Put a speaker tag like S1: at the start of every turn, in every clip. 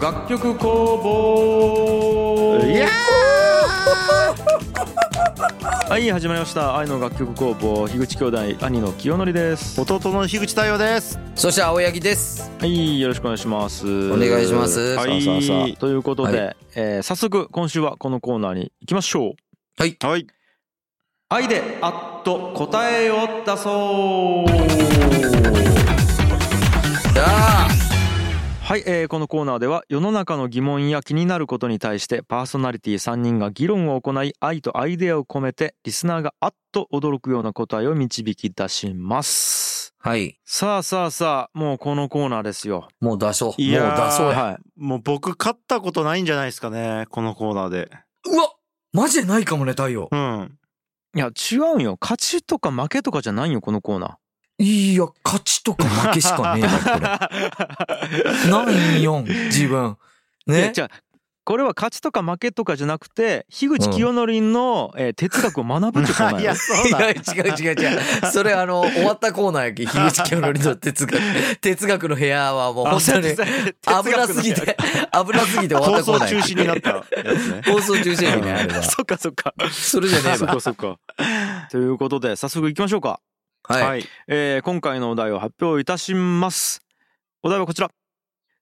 S1: 楽曲工房
S2: いやはい始まりました愛の楽曲工房樋口兄弟兄の清則です
S3: 弟の樋口太陽です
S4: そして青柳です
S2: はいよろしくお願いします
S4: お願いします
S2: はい
S3: さあさあさあ
S2: ということで、
S4: は
S2: えー早速今週はこのコーナーに行きましょう
S3: はい
S1: 愛であっと答えを出そう
S4: やあ
S2: はい、えーこのコーナーでは世の中の疑問や気になることに対してパーソナリティ3人が議論を行い愛とアイデアを込めてリスナーがあっと驚くような答えを導き出します
S4: はい
S2: さあさあさあもうこのコーナーですよ
S4: もう出そう
S3: い
S4: もう
S3: やー
S4: 出そうや
S2: は
S3: もう僕勝ったことないんじゃないですかねこのコーナーで
S4: うわマジでないかもね太陽
S3: うん
S2: いいや違うんよ勝ちとか負けとかじゃないよこのコーナ
S4: いや勝ちとか負けしかねえなこ れないんよ自分
S2: ーえ
S4: ね
S2: じゃあこれは勝ちとか負けとかじゃなくて樋口清則の、えー哲学を学ぶってコーナー
S3: い
S2: よ
S3: やそうだ
S4: いや違う違う違うそれあの終わったコーナーやけ樋口清則の哲学哲学の部屋はもう本当に危なすぎて危なすぎて終わ
S3: 放
S4: ったコー
S3: 送
S4: ナー
S3: 中
S4: や
S3: 止になったやつ ね
S4: け放送中止やけねあ れは
S2: そっかそっか
S4: それじゃねえ わ
S2: そっかということで早速いきましょうか、
S4: はい
S3: い
S2: えー今回のお題を発表いたしますお題はこちら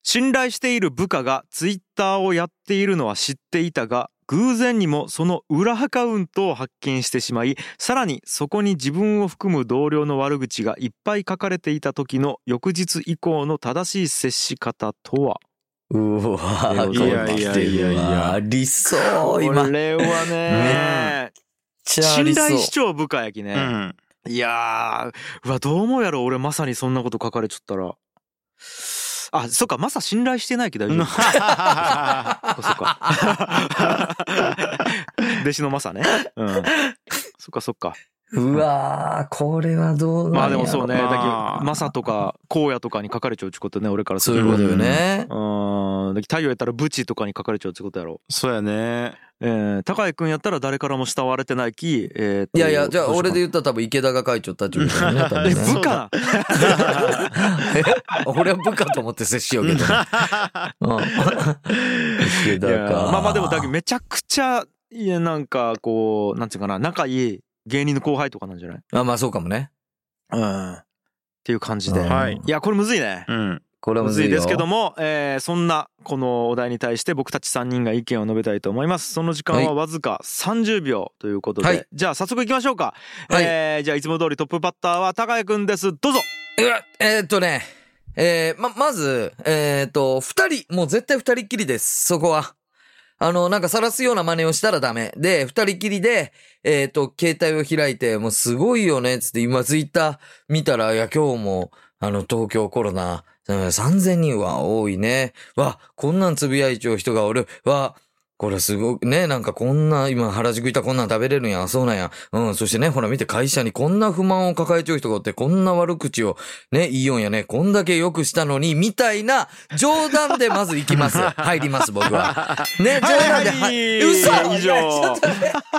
S2: 信頼している部下がツイッターをやっているのは知っていたが偶然にもその裏アカウントを発見してしまいさらにそこに自分を含む同僚の悪口がいっぱい書かれていた時の翌日以降の正しい接し方とは
S4: うわー
S2: いや
S3: いやいやいや
S4: これありそ
S2: こ
S4: う
S2: れ
S4: 今めっ
S2: はね
S4: ちゃあ
S2: 信
S4: りそう
S2: 頼視聴部下やきね、
S3: うん
S2: いやー、うわ、どう思うやろ、俺まさにそんなこと書かれちゃったら。あ、そっか、マサ信頼してないけど大丈夫。そっかそっか。 弟子のマサね。うん。そっかそっか。
S4: うわーこれはどう
S2: ま
S4: な
S2: あ
S4: ん
S2: で
S4: や
S2: も
S4: ろ
S2: そうね、だけど
S3: まあ
S2: マサとか荒野とかに書かれちゃうってことね、俺からす
S4: そう
S2: る
S4: い
S2: と
S4: うことよね
S2: うん、だけど太陽やったらブチとかに書かれちゃうってことやろ。
S3: そうやね
S2: えー、高井くんやったら誰からも慕われてないき、えーと
S4: いやいやじゃあ俺で
S2: ど
S4: 言ったら多分池田が書いちゃったってことだよね多 分
S2: うし
S4: ね
S2: ようかな。え、部下な
S4: え俺は部下と思って接しよ うけどね。うん池
S2: い
S4: 田
S2: や
S4: か。
S2: まあまあでもだけどめちゃくちゃいやなんかこうなんていうかな仲いい芸人の後輩とかなんじゃない
S4: あまあそうかもね。
S2: うんっていう感じで、
S4: うん
S3: はい
S2: いやこれむずいね、
S3: うん
S4: これは
S2: む
S4: むず
S2: ずい
S4: いよ
S2: ですけども、えーそんなこのお題に対して僕たち3人が意見を述べたいと思いますその時間
S4: は
S2: はいわずか30秒ということで、
S4: はい
S2: じゃあ早速いきましょうか、
S4: はい
S2: えーじゃあいつも通りトップバッターは高谷くんですどうぞ
S4: うわえーっとね。えー、ま、まず、えーっと、二人、もう絶対二人っきりです。そこは。あの、なんか晒すような真似をしたらダメ。で、二人っきりで、えーっと、携帯を開いて、もうすごいよね、つって、今ツイッター見たら、いや、今日も、あの、東京コロナ、うん3000人は多いね。わ、こんなんつぶやいちゃう人がおる。わ、これすごくね、なんかこんな、今原宿行ったらこんなん食べれるんや、そうなんや。うん、そしてね、ほら見て会社にこんな不満を抱えちゃう人がおって、こんな悪口をね、いいよんやね、こんだけ良くしたのに、みたいな冗談でまず行き ます。入ります、僕は。ね、冗談で、
S2: はいはい
S4: 嘘
S2: 以上
S4: いやちょっとね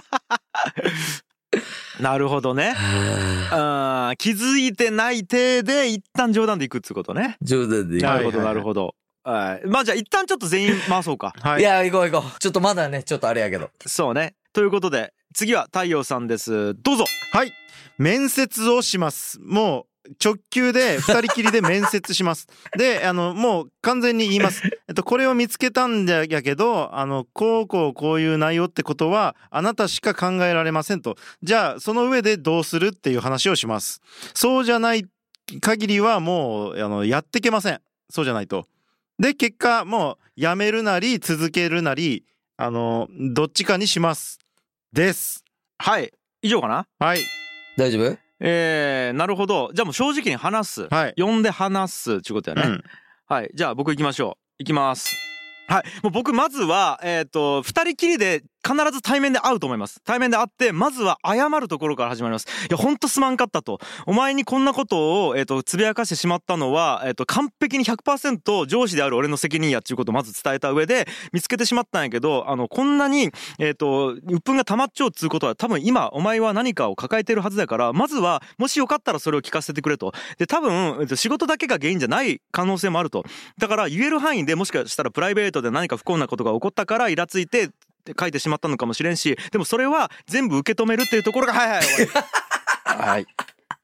S2: なるほどねあー気づいてない体で一旦冗談でいくってことね
S4: 冗談で行
S2: な
S3: は
S2: るほ
S3: い。
S2: ど、なるほど。はい。まあじゃあ一旦ちょっと全員回そうか
S3: は
S4: こう。いや、行こう行こう。ちょっとまだね、ちょっとあれやけど。
S2: そうね。ということで、次は太陽さんです。どうぞ
S3: はい面接をしますもう直球で二人きりで面接しますであのもう完全に言います、えっと、これを見つけたんだやけどあのこうこうこういう内容ってことはあなたしか考えられませんとじゃあその上でどうするっていう話をしますそうじゃない限りはもうあのやってけませんそうじゃないとで結果もうやめるなり続けるなりあのどっちかにしますです
S2: はい。以上かな
S3: はい
S4: 大丈夫
S2: えー、なるほど。じゃあもう正直に話す。
S3: はい
S2: 呼んで話すちゅうことやね。
S3: うん
S2: はい。じゃあ僕行きましょう。行きます。はい。もう僕まずは、えっ、と、二人きりで必ず対面で会うと思います対面で会ってまずは謝るところから始まりますいやほんとすまんかったとお前にこんなことを、えっとつぶやかしてしまったのは、えっと完璧に100%上司である俺の責任やっていうことをまず伝えた上で見つけてしまったんやけどあのこんなに、えっと鬱憤が溜まっちゃうっつうことは多分今お前は何かを抱えてるはずだからまずはもしよかったらそれを聞かせてくれとで多分、えっと仕事だけが原因じゃない可能性もあるとだから言える範囲でもしかしたらプライベートで何か不幸なことが起こったからイラついてって書いてしまったのかもしれんしでもそれは全部受け止めるっていうところがはいはい終わりはい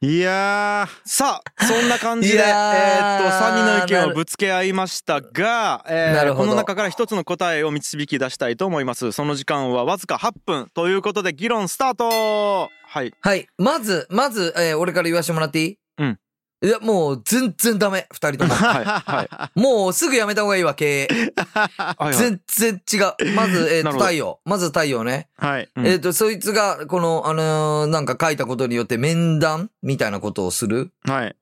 S3: いや
S2: さあそんな感じで
S4: い
S2: え
S4: や
S2: ーっ
S4: ー
S2: と3人の意
S4: な
S2: 見
S4: る
S2: をぶつけ合いましたが、えー
S4: なるほ
S2: こ
S4: ど
S2: の中から一つの答えを導き出したいと思いますその時間はわずか8分ということで議論スタートはい
S4: はい。まず、まず、えー俺から言わせてもらっていい
S2: うん。
S4: いや、もう、全然ダメ。二人 とも。
S2: はいはい
S4: もう、すぐやめた方がいいわ、経営。
S2: はいはい
S4: 全然違う。まず、えっ、
S2: な
S4: と、
S2: るほど
S4: 太陽。まず太陽ね。
S3: ーはい
S2: うん
S4: えっ、と、そいつが、この、あのーなんか書いたことによって面談みたいなことをする。
S3: はい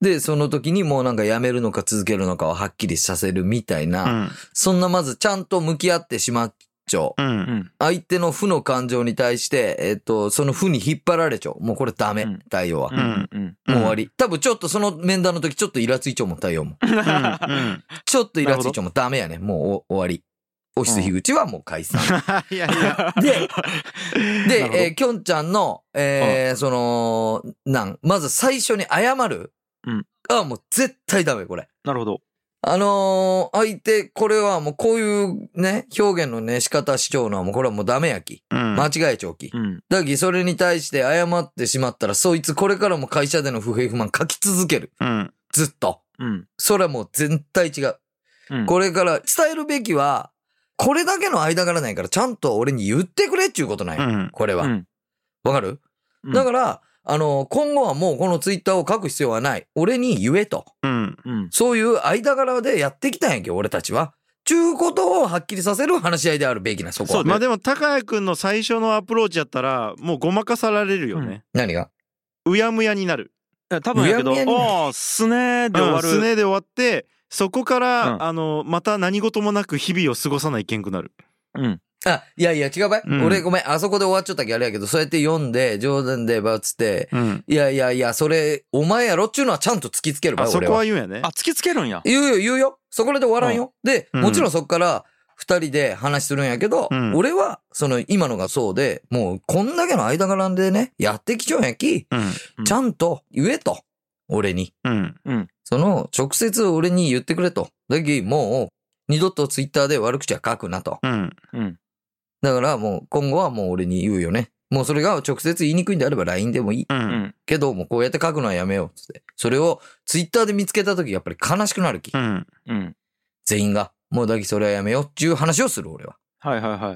S4: で、その時にもうなんかやめるのか続けるのかをはっきりさせるみたいうな。
S3: ん
S4: そんなまずちゃんと向き合ってしまっちゃう。
S3: う
S2: うんん
S4: 相手の負の感情に対して、えっ、と、その負に引っ張られちゃう。もうこれダメ
S2: うん。
S4: 太陽は。
S2: う
S4: も
S2: んうん
S4: う終わり。多分ちょっとその面談の時ちょっとイラついちゃうもん、太陽も。
S3: うんうん
S4: ちょっとイラついちゃうもん、ダメやね。もうお終わり。オフィス樋口はもう 解散。
S3: いやいや
S4: で、
S2: なるほど
S4: で、えーきょんちゃんの、えーその、なん、まず最初に謝る。
S2: うん
S4: あ、もう絶対ダメ、これ。
S2: なるほど
S4: あのー相手、これはもうこういうね、表現のね、仕方しちゃうのはもうこれはもうダメやき。
S3: うん
S4: 間違えちゃうき。
S2: うん
S4: だき、それに対して謝ってしまったら、そいつこれからも会社での不平不満書き続ける。
S3: うん
S4: ずっと。
S2: うん
S4: それはもう全体違う。
S2: うん
S4: これから伝えるべきは、これだけの間柄ないから、ちゃんと俺に言ってくれっちゅうことなん
S3: う
S4: よ。
S3: ん
S4: これは。
S2: う
S4: わ、
S2: ん
S4: かる
S2: うん
S4: だから、あの、今後はもうこのツイッターを書く必要はない。俺に言えと。
S3: うん
S2: うん
S4: そういう間柄でやってきたんやけど、俺たちは。ちゅうことをはっきりさせる話し合いであるべきな、そこ
S2: そ
S4: は
S2: う。ね
S3: まあでも高谷君の最初のアプローチやったらもうごまかされるよね、
S4: 何が
S3: うやむやになる、
S2: いや多分やけど
S4: うやむやになる
S2: おーすねーで終わ
S3: うんす
S2: る
S3: ねで終わってそこから、
S2: うん
S3: あのまた何事もなく日々を過ごさないけんくなる
S2: うん
S4: あ、いやいや、違うばい、
S3: うん
S4: 俺ごめん、あそこで終わっちゃったけあれやけど、そうやって読んで、冗談でばっつって、
S3: うん
S4: いやいやいや、それ、お前やろっちゅうのはちゃんと突きつけるば
S3: あ
S4: い、
S3: そ
S4: 俺
S3: こは
S4: は。
S3: 言うんやね
S2: あ突きつけるんや
S4: 言うよ、言うよ。そこらで終わらんよ。で、
S3: うん
S4: もちろんそこから、二人で話するんやけど、
S3: うん
S4: 俺は、その、今のがそうで、もう、こんだけの間柄でね、やってきちゃうんやき、
S3: うん
S2: うん
S4: ちゃんと言えと。俺に。
S3: うん
S4: その、直接俺に言ってくれと。だけどもう、二度とツイッターで悪口は書くなと。
S3: うん
S2: うん
S4: だからもう、今後はもう俺に言うよね。もうそれが直接言いにくいんであれば LINE でもいい。
S3: う
S2: うんん
S4: けど、もうこうやって書くのはやめよう。つって。それをツイッターで見つけた時やっぱり悲しくなるき。
S3: うん
S2: うん
S4: 全員が。もうだきそれはやめよう。っていう話をする俺は。
S2: はいはいはい。
S4: は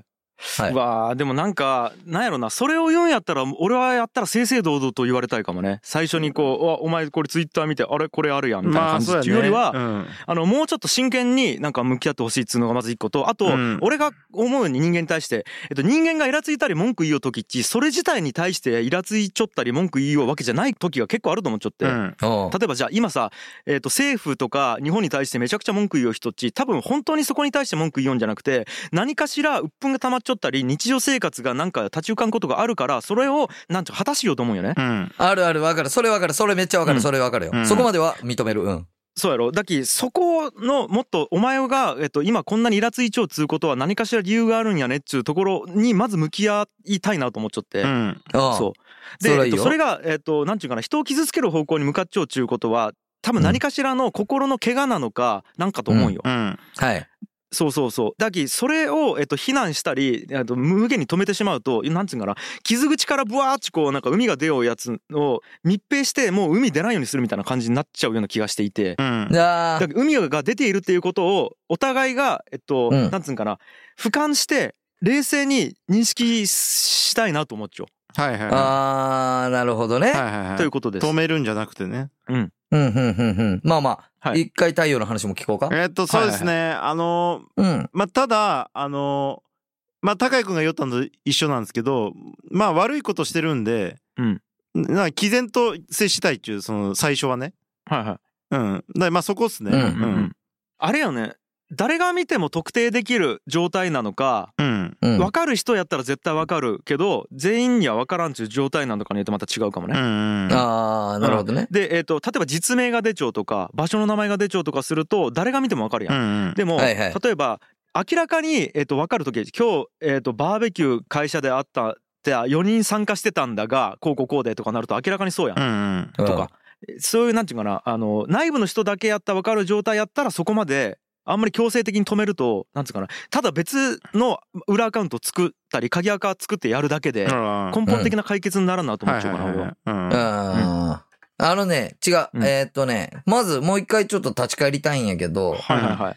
S4: いう
S2: わあでもなんかなんやろなそれを言うんやったら俺はやったら正々堂々と言われたいかもね最初にこううわ「お前これツイッター見てあれこれあるやん」みたいな
S3: ま
S2: 感
S3: あ
S2: じ
S3: そう
S2: っ
S3: や
S2: て
S3: ね
S2: いうよりは、
S3: うん
S2: あのもうちょっと真剣になんか向き合ってほしいっつうのがまず一個とあと、
S3: うん
S2: 俺が思うに人間に対して、えっと、人間がイラついたり文句言いよう時っちそれ自体に対してイラついちょったり文句言いようわけじゃない時が結構あると思っちゃって。
S3: うん
S4: うん
S2: 例えばじゃあ今さ、えー、と政府とか日本に対してめちゃくちゃ文句言う人っち多分本当にそこに対して文句言うんじゃなくて何かしら鬱憤が溜まっちゃったり日常生活がなんか立ち行かんことがあるからそれをなんと果たしようと思うよね。
S3: うん
S4: あるあるわかる。それわかる。それめっちゃわか
S2: う
S4: る。
S2: ん
S4: それわかるよ、
S3: うん
S4: そこまでは認める。うん。
S2: そうやろだきそこのもっとお前が、えっと、今こんなにイラついちゃうっつうことは何かしら理由があるんやねっちゅうところにまず向き合いたいなと思っちゃって。
S3: うん
S4: そ
S2: そう。で、
S4: それはい
S2: えっ
S4: いよ
S2: と、それが、えっと、なんちゅうかな、人を傷つける方向に向かっちゃうっちゅうことは、多分何かしらの心の怪我なのか、なんかと思うよ。
S3: うん
S4: う。はい。
S2: そうそうそう。だき、それを、えっと、非難したり、えっと、無限に止めてしまうと、なんつうんかな、傷口からブワーッちこう、なんか海が出ようやつを密閉して、もう海出ないようにするみたいな感じになっちゃうような気がしていて。
S3: うん
S4: あ
S2: だ
S4: ー
S2: き海が出ているっていうことを、お互いが、えっと、
S4: うん
S2: なんつうんかな、俯瞰して、冷静に認識したいなと思っちゃう。
S3: はいはいはいは
S4: あー、なるほどね。
S3: いはいはい
S2: ということです
S3: 止。めるんじゃなくてね
S4: うん、うん、うん、うん。まあまあ、
S2: はい
S4: 一回太陽の話も聞こうか。
S3: えっとそうですね、あの
S4: うん。
S3: まあただあのまあ高井君が言ったのと一緒なんですけどまあ悪いことしてるんで、
S2: うん
S3: な毅然と接したいっていうその最初はね
S2: はいはい。
S3: うんだからまあそこっすね
S4: うん
S2: うんうんあれよね誰が見ても特定できる状態なのか
S3: うん。
S4: うん。
S2: 分かる人やったら絶対分かるけど全員には分からんっていう状態なのかによってまた違うかも
S3: うんう
S2: ね。
S3: ん。
S4: ああ、なるほどね。
S2: で、えー、と例えば実名が出ちゃうとか場所の名前が出ちゃうとかすると誰が見ても分かるやん
S3: う。んうん。
S2: でも、
S4: はいはい
S2: 例えば明らかに、えー、と分かる時今日、えー、とバーベキュー会社であったって4人参加してたんだがこうこうこうでとかなると明らかにそうやん、
S3: うんうん。
S4: と
S2: とか。そういうなんていうかなあの内部の人だけやったら分かる状態やったらそこまであんまり強制的に止めるとなんつうかなただ別の裏アカウント作ったり鍵アカ作ってやるだけで
S3: あー
S2: 根本的な解決にならんなと思っちゃうかな俺は。
S3: はいはいはいはい
S4: あーあのね、違う。
S2: うん
S4: えーっとね、まずもう一回ちょっと立ち返りたいんやけど、
S2: はいはいはい。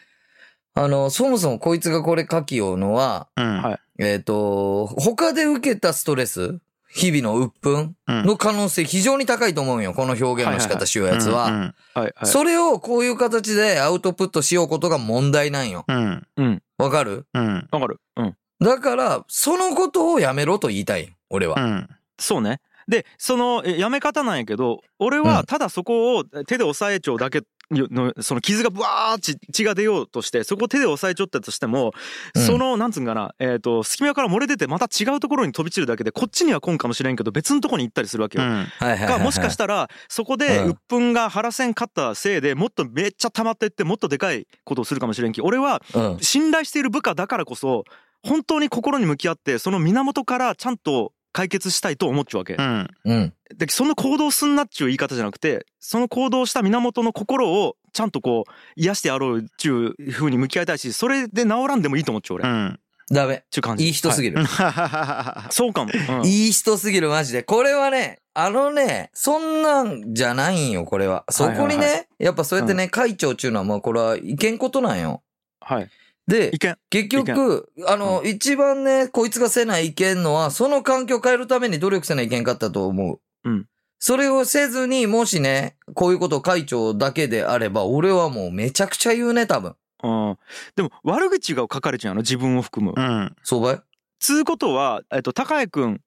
S4: あの、そもそもこいつがこれ書きようのは、
S3: うんうん
S2: はい
S4: えーっと、他で受けたストレス、日々の鬱憤
S3: うん
S4: の可能性非常に高いと思うんよ。この表現の仕
S2: はいはいは
S4: 方
S2: い
S4: しようやつは。
S2: はいはい。
S4: それをこういう形でアウトプットしようことが問題なんよ。
S3: うんうん
S4: わかる
S3: うん
S2: わかる。うん。
S4: だから、そのことをやめろと言いたい。俺
S3: う
S4: は。
S3: ん
S2: そうね。で、そのえやめ方なんやけど、俺
S4: う
S2: は
S4: ん
S2: ただそこを手で押さえちゃうだけの、その傷がブワーッち血が出ようとして、そこを手で押さえちゃったとしても、
S4: うん
S2: その、なんつうんかな、えっ、と、隙間から漏れ出てまた違うところに飛び散るだけで、こっちには来んかもしれんけど、別のところに行ったりするわけ
S3: う
S2: よ。
S3: ん
S4: はいはいはい、
S2: が
S4: はい。
S2: もしかしたらそこで
S4: うん
S2: 鬱憤が腹せんかったせいでもっとめっちゃ溜まってってもっとでかいことをするかもしれんき俺は
S4: うん。
S2: 信頼している部下だからこそ本当に心に向き合ってその源からちゃんと解決したいと思っちゃうわけ
S3: う。ん
S4: うん。
S2: でその行動すんなっちゅう言い方じゃなくてその行動した源の心をちゃんとこう癒してやろうっちゅうふうに向き合いたいしそれで治らんでもいいと思っちゃう俺、っ
S3: うん
S4: ダメ。
S2: ちゅう感じ
S4: いい人す
S2: ぎ
S4: ぎる。
S2: はいそうかも、うん
S4: いい人すぎる、マジで。これはね、あのね、そんなんじゃないんよ、これは。そこに
S2: はいはい
S4: ね、やっぱそうやってね、会長っていうのはもうこれはいけんことなんよ。
S2: はい
S4: で
S2: 意、見
S4: 結局、あの、一番ね、こいつがせないけんのは、その環境を変えるために努力せないけんかったと思う。
S2: うん
S4: それをせずに、もしね、こういうことを会長だけであれば、俺はもうめちゃくちゃ言うね、多分。
S2: うんでも悪口が書かれちゃうの自分を含む、
S3: うん
S4: そうばい
S2: つうことは、えっと、高谷君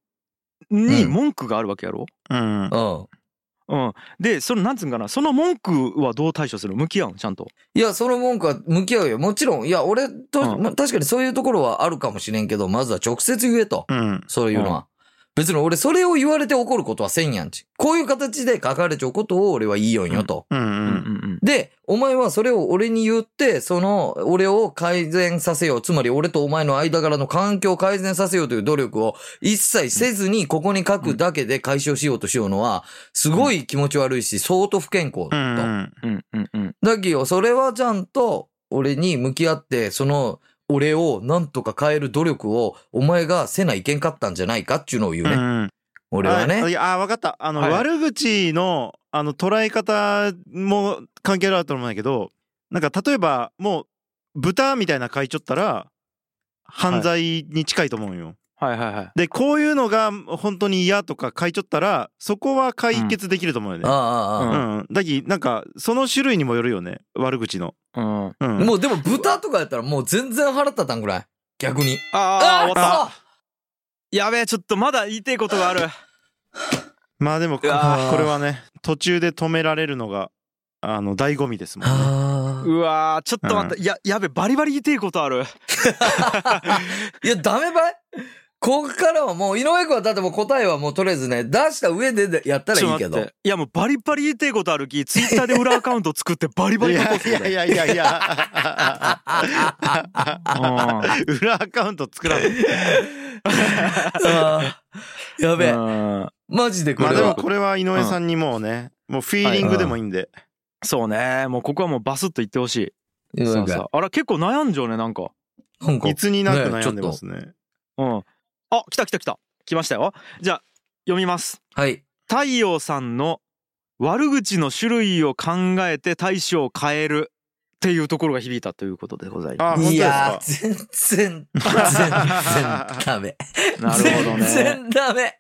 S2: に文句があるわけやろ、
S3: うん
S4: うん。
S2: うんでそのなんつうんかなその文句はどう対処する向き合うんちゃんと
S4: いや、その文句は向き合うよ。もちろん、いや、俺と、
S2: うん
S4: まあ確かにそういうところはあるかもしれんけど、まずは直接言えと。
S3: うん
S4: そういうのは。別に俺、それを言われて怒ることはせんやんち。こういう形で書かれちゃうことを俺は言いよんよと。
S3: うんう
S2: うんん
S4: で、お前はそれを俺に言って、その、俺を改善させよう。つまり、俺とお前の間柄の環境を改善させようという努力を一切せずに、ここに書くだけで解消しようとしようのは、すごい気持ち悪いし、相当不健康
S3: う
S4: だと。
S3: ん
S2: うんうんうんうん
S4: だけど、それはちゃんと俺に向き合って、その、俺をなんとか変える努力を、お前がせないけんかったんじゃないかっていうのを言うね。
S3: うん
S4: 俺は
S3: あい
S4: ね。
S3: やあーわかったあの、
S2: はい
S3: 悪口のあの捉え方も関係あると思うんだけどなんか例えばもう豚みたいな書いちょったら犯罪に近いと思うんよ、
S2: はいはいはい
S3: でこういうのが本当に嫌とか書いちょったらそこは解決できると思うよね、
S4: ああ
S2: う
S4: あああ
S3: うん、だきなんかその種類にもよるよね悪口の、
S2: うんあ
S3: う
S4: あ。
S3: ん、
S4: もうでも豚とかやったらもう全然腹立たんぐらい。逆に。
S2: あ終わった
S4: っ
S2: やべえちょっとまだ言いたいことがある
S3: まあでもこ
S2: う
S3: これ
S2: わ
S4: ー
S3: はね途中で止められるのがあの醍醐味ですもんね
S4: あ
S2: うわーちょっと待って、いややべバリバリ言いたいことある
S4: あ。いや、ダメばいここからはもう、井上くんはだってもう答えはもうとりあえずね、出した上でやったら
S2: ち
S4: い
S2: ょ
S4: い
S2: っと
S4: け
S2: 待
S4: ど
S2: っ。ていやもうバリバリ言いたいことあるきツイッターで裏アカウント作ってバリバ
S3: い
S2: リ書こ
S3: や
S2: うす
S3: い
S2: る
S3: やいやいやいや裏アカウント作らない
S4: ああやべえ。
S2: うん
S4: マジでこ
S3: まあ
S4: れ
S3: でも
S4: は。
S3: これは井上さんにもうね、もうフィーリングでもいいんで、
S2: そうねもうここはもうバスッと言ってほしい
S4: 井上
S2: そ
S4: 君
S2: うそうあら結構悩んじゃうねなんか
S4: なんか
S3: い、つになく悩んでますね
S2: うんあ来た来た来た来ましたよじゃあ読みます
S4: はい。
S2: 太陽さんの悪口の種類を考えて対処を変えるっていうところが響いたということでございま
S3: あ本当
S4: い
S3: です
S4: や
S3: か
S4: ー、全然、全然ダメ。
S2: すなるほど
S4: 全
S2: ね
S4: 然ダメ。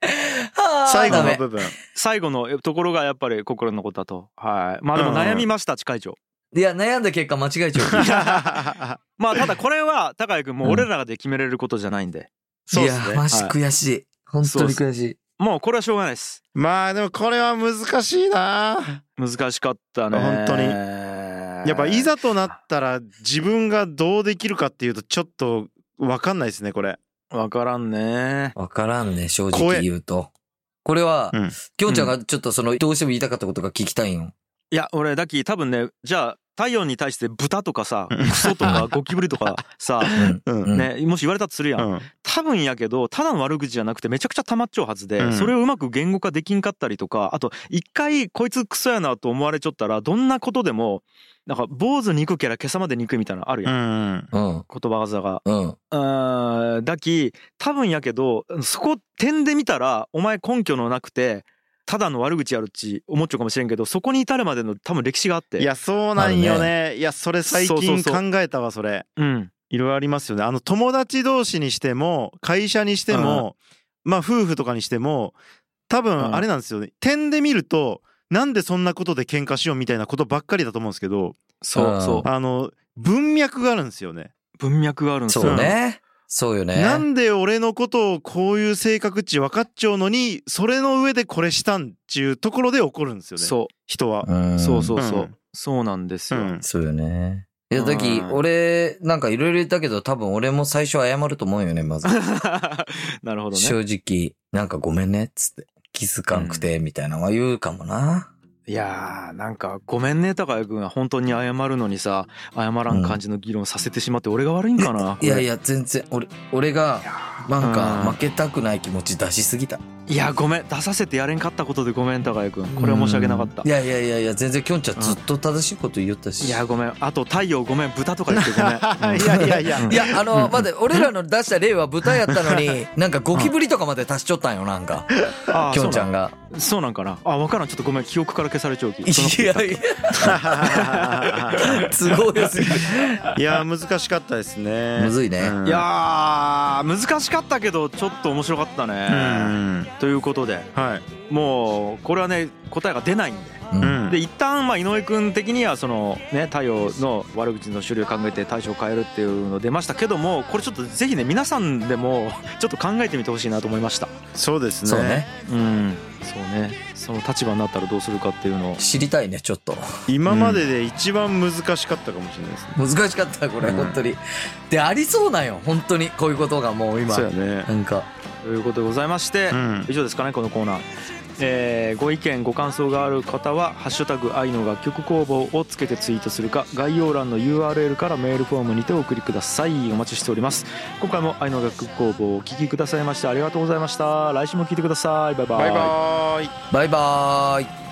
S4: あー
S3: 最後
S4: ダ
S3: の
S4: メ
S3: 部分
S2: 最後のところがやっぱり心のことだとはいまあでも悩みました近い長
S4: いや、悩んだ結果間違え ちゃう。
S2: まあただこれは高谷君もう俺らで決めれることじゃないんで
S3: そう
S4: い
S3: で
S4: や
S3: すね
S4: ー、マジ
S2: はい
S4: 悔しい。本当に悔しい。
S2: もうこれはしょうがないです
S3: まあでもこれは難しいな
S2: 難しかったね
S3: 本当に
S2: に
S3: やっぱいざとなったら自分がどうできるかっていうとちょっと分かんないですねこれ。
S2: わからんね。
S4: わからんね、正
S3: 怖
S4: 直
S3: え
S4: 言うと。これは
S3: うん、
S4: きょんちゃんがちょっとその、どうしても言いたかったことが聞きたいんよ。
S2: いや、俺、だき、多分ね、じゃあ、太陽に対して豚とか さ、
S3: うん
S2: クソとかゴキブリとかさ、
S4: うん
S3: うん
S4: うん
S2: ね、もし言われたとするや。
S3: うんん
S2: 多分やけど、ただの悪口じゃなくて、めちゃくちゃ溜まっちゃうはず
S3: う
S2: で、
S3: ん
S2: それをうまく言語化できんかったりとか、あと、一回、こいつクソやなと思われちゃったら、どんなことでも、なんか、坊主憎けりゃ今朝まで憎いみたいなのある
S3: う
S2: やん。
S3: ん
S4: うん。
S2: 言葉わざが。
S4: うん。
S2: あーだき多分やけどそこ点で見たらお前根拠のなくてただの悪口やるっち思っちゃうかもしれんけどそこに至るまでの多分歴史があって
S3: いやそうなんよ
S4: ある
S3: ねいやそれ最
S2: そうそう
S3: 近
S2: そ
S3: 考えたわそれ
S2: うん
S3: いろいろありますよねあの友達同士にしても会社にしてもまあ夫婦とかにしても多
S2: うん
S3: 分あれなんですよね点で見るとなんでそんなことで喧嘩しようみたいなことばっかりだと思うんですけど
S2: そううんそう
S3: あの文脈があるんですよね
S2: 文脈があるんです
S4: そう
S2: よ
S4: ね。そうよね。
S3: なんで俺のことをこういう性格値分かっちゃうのにそれの上でこれしたんっていうところで怒るんですよね
S2: そ
S3: 人は。
S2: う
S4: そ
S2: そうそうそううんそうなんですよ
S3: うん
S4: そうよね。いや、だき、
S2: うん
S4: 俺、なんかいろいろ言ったけど、多分俺も最初謝ると思うよね、まず。
S2: なるほどね
S4: 正直、なんかごめんね、っつって。気づかんくて、みたいなのは言うかもな。
S2: いやーなんか「ごめんね高谷君が本当に謝るのにさ謝らん感じの議論させてしまって俺が悪いんかな」
S4: いやいや、全然、俺、俺が、なん
S2: うん
S4: か負けたくない気持ち出しすぎた。
S2: いやごめん出させてやれんかったことでごめん高谷君これは申し訳なかった
S4: いやいやいやいや、全然きょんちゃんずっと正しいこと言ったし。
S2: いやごめんあと太陽ごめん豚とか言ってご めん
S3: い やいやいや
S4: いや、あ
S2: うんう
S4: の、
S2: ん
S4: まだ俺らの出した例は豚やったの に、なんかゴキブリとかまで足しちょったんよ、なんか。
S2: あー
S4: きょんちゃんが。
S2: そうなんかなあ分からんちょっとごめん記憶から消されちゃうき
S4: い
S2: そんなこと言っ
S4: や
S2: た
S4: いや、都合良すぎる。
S3: いや難しかったですね。
S4: むずいね
S3: うん
S2: いやー難しかったけどちょっと面白かった
S3: う
S2: ね
S3: ん
S2: ということで
S3: はい。
S2: もうこれはね答えが出ないんで
S4: うん
S3: うん
S2: で一旦まあ井上君的にはそのね太陽の悪口の種類を考えて対象を変えるっていうの出ましたけどもこれちょっとぜひね皆さんでもちょっと考えてみてほしいなと思いました
S3: そうですね。
S4: そうね。
S2: うんそうねその立場になったらどうするかっていうのを
S4: 知りたいね、ちょっと。
S3: 今までで一番難しかったかもしれないですね。
S4: 難しかった、これ、
S3: うん
S4: 本当に。で、ありそうなんよ、本当に。こういうことがもう今。
S3: そう
S4: な
S3: やね。
S4: んか、
S2: ということでございまして、
S3: うん
S2: 以上ですかねこのコーナー、えーご意見ご感想がある方は「ハッシュタグ愛の楽曲工房」をつけてツイートするか概要欄の URL からメールフォームにてお送りくださいお待ちしております今回も愛の楽曲工房をお聴きくださいましてありがとうございました来週も聴いてくださいバイバイ
S3: バイバーイ。
S4: バイバーイ。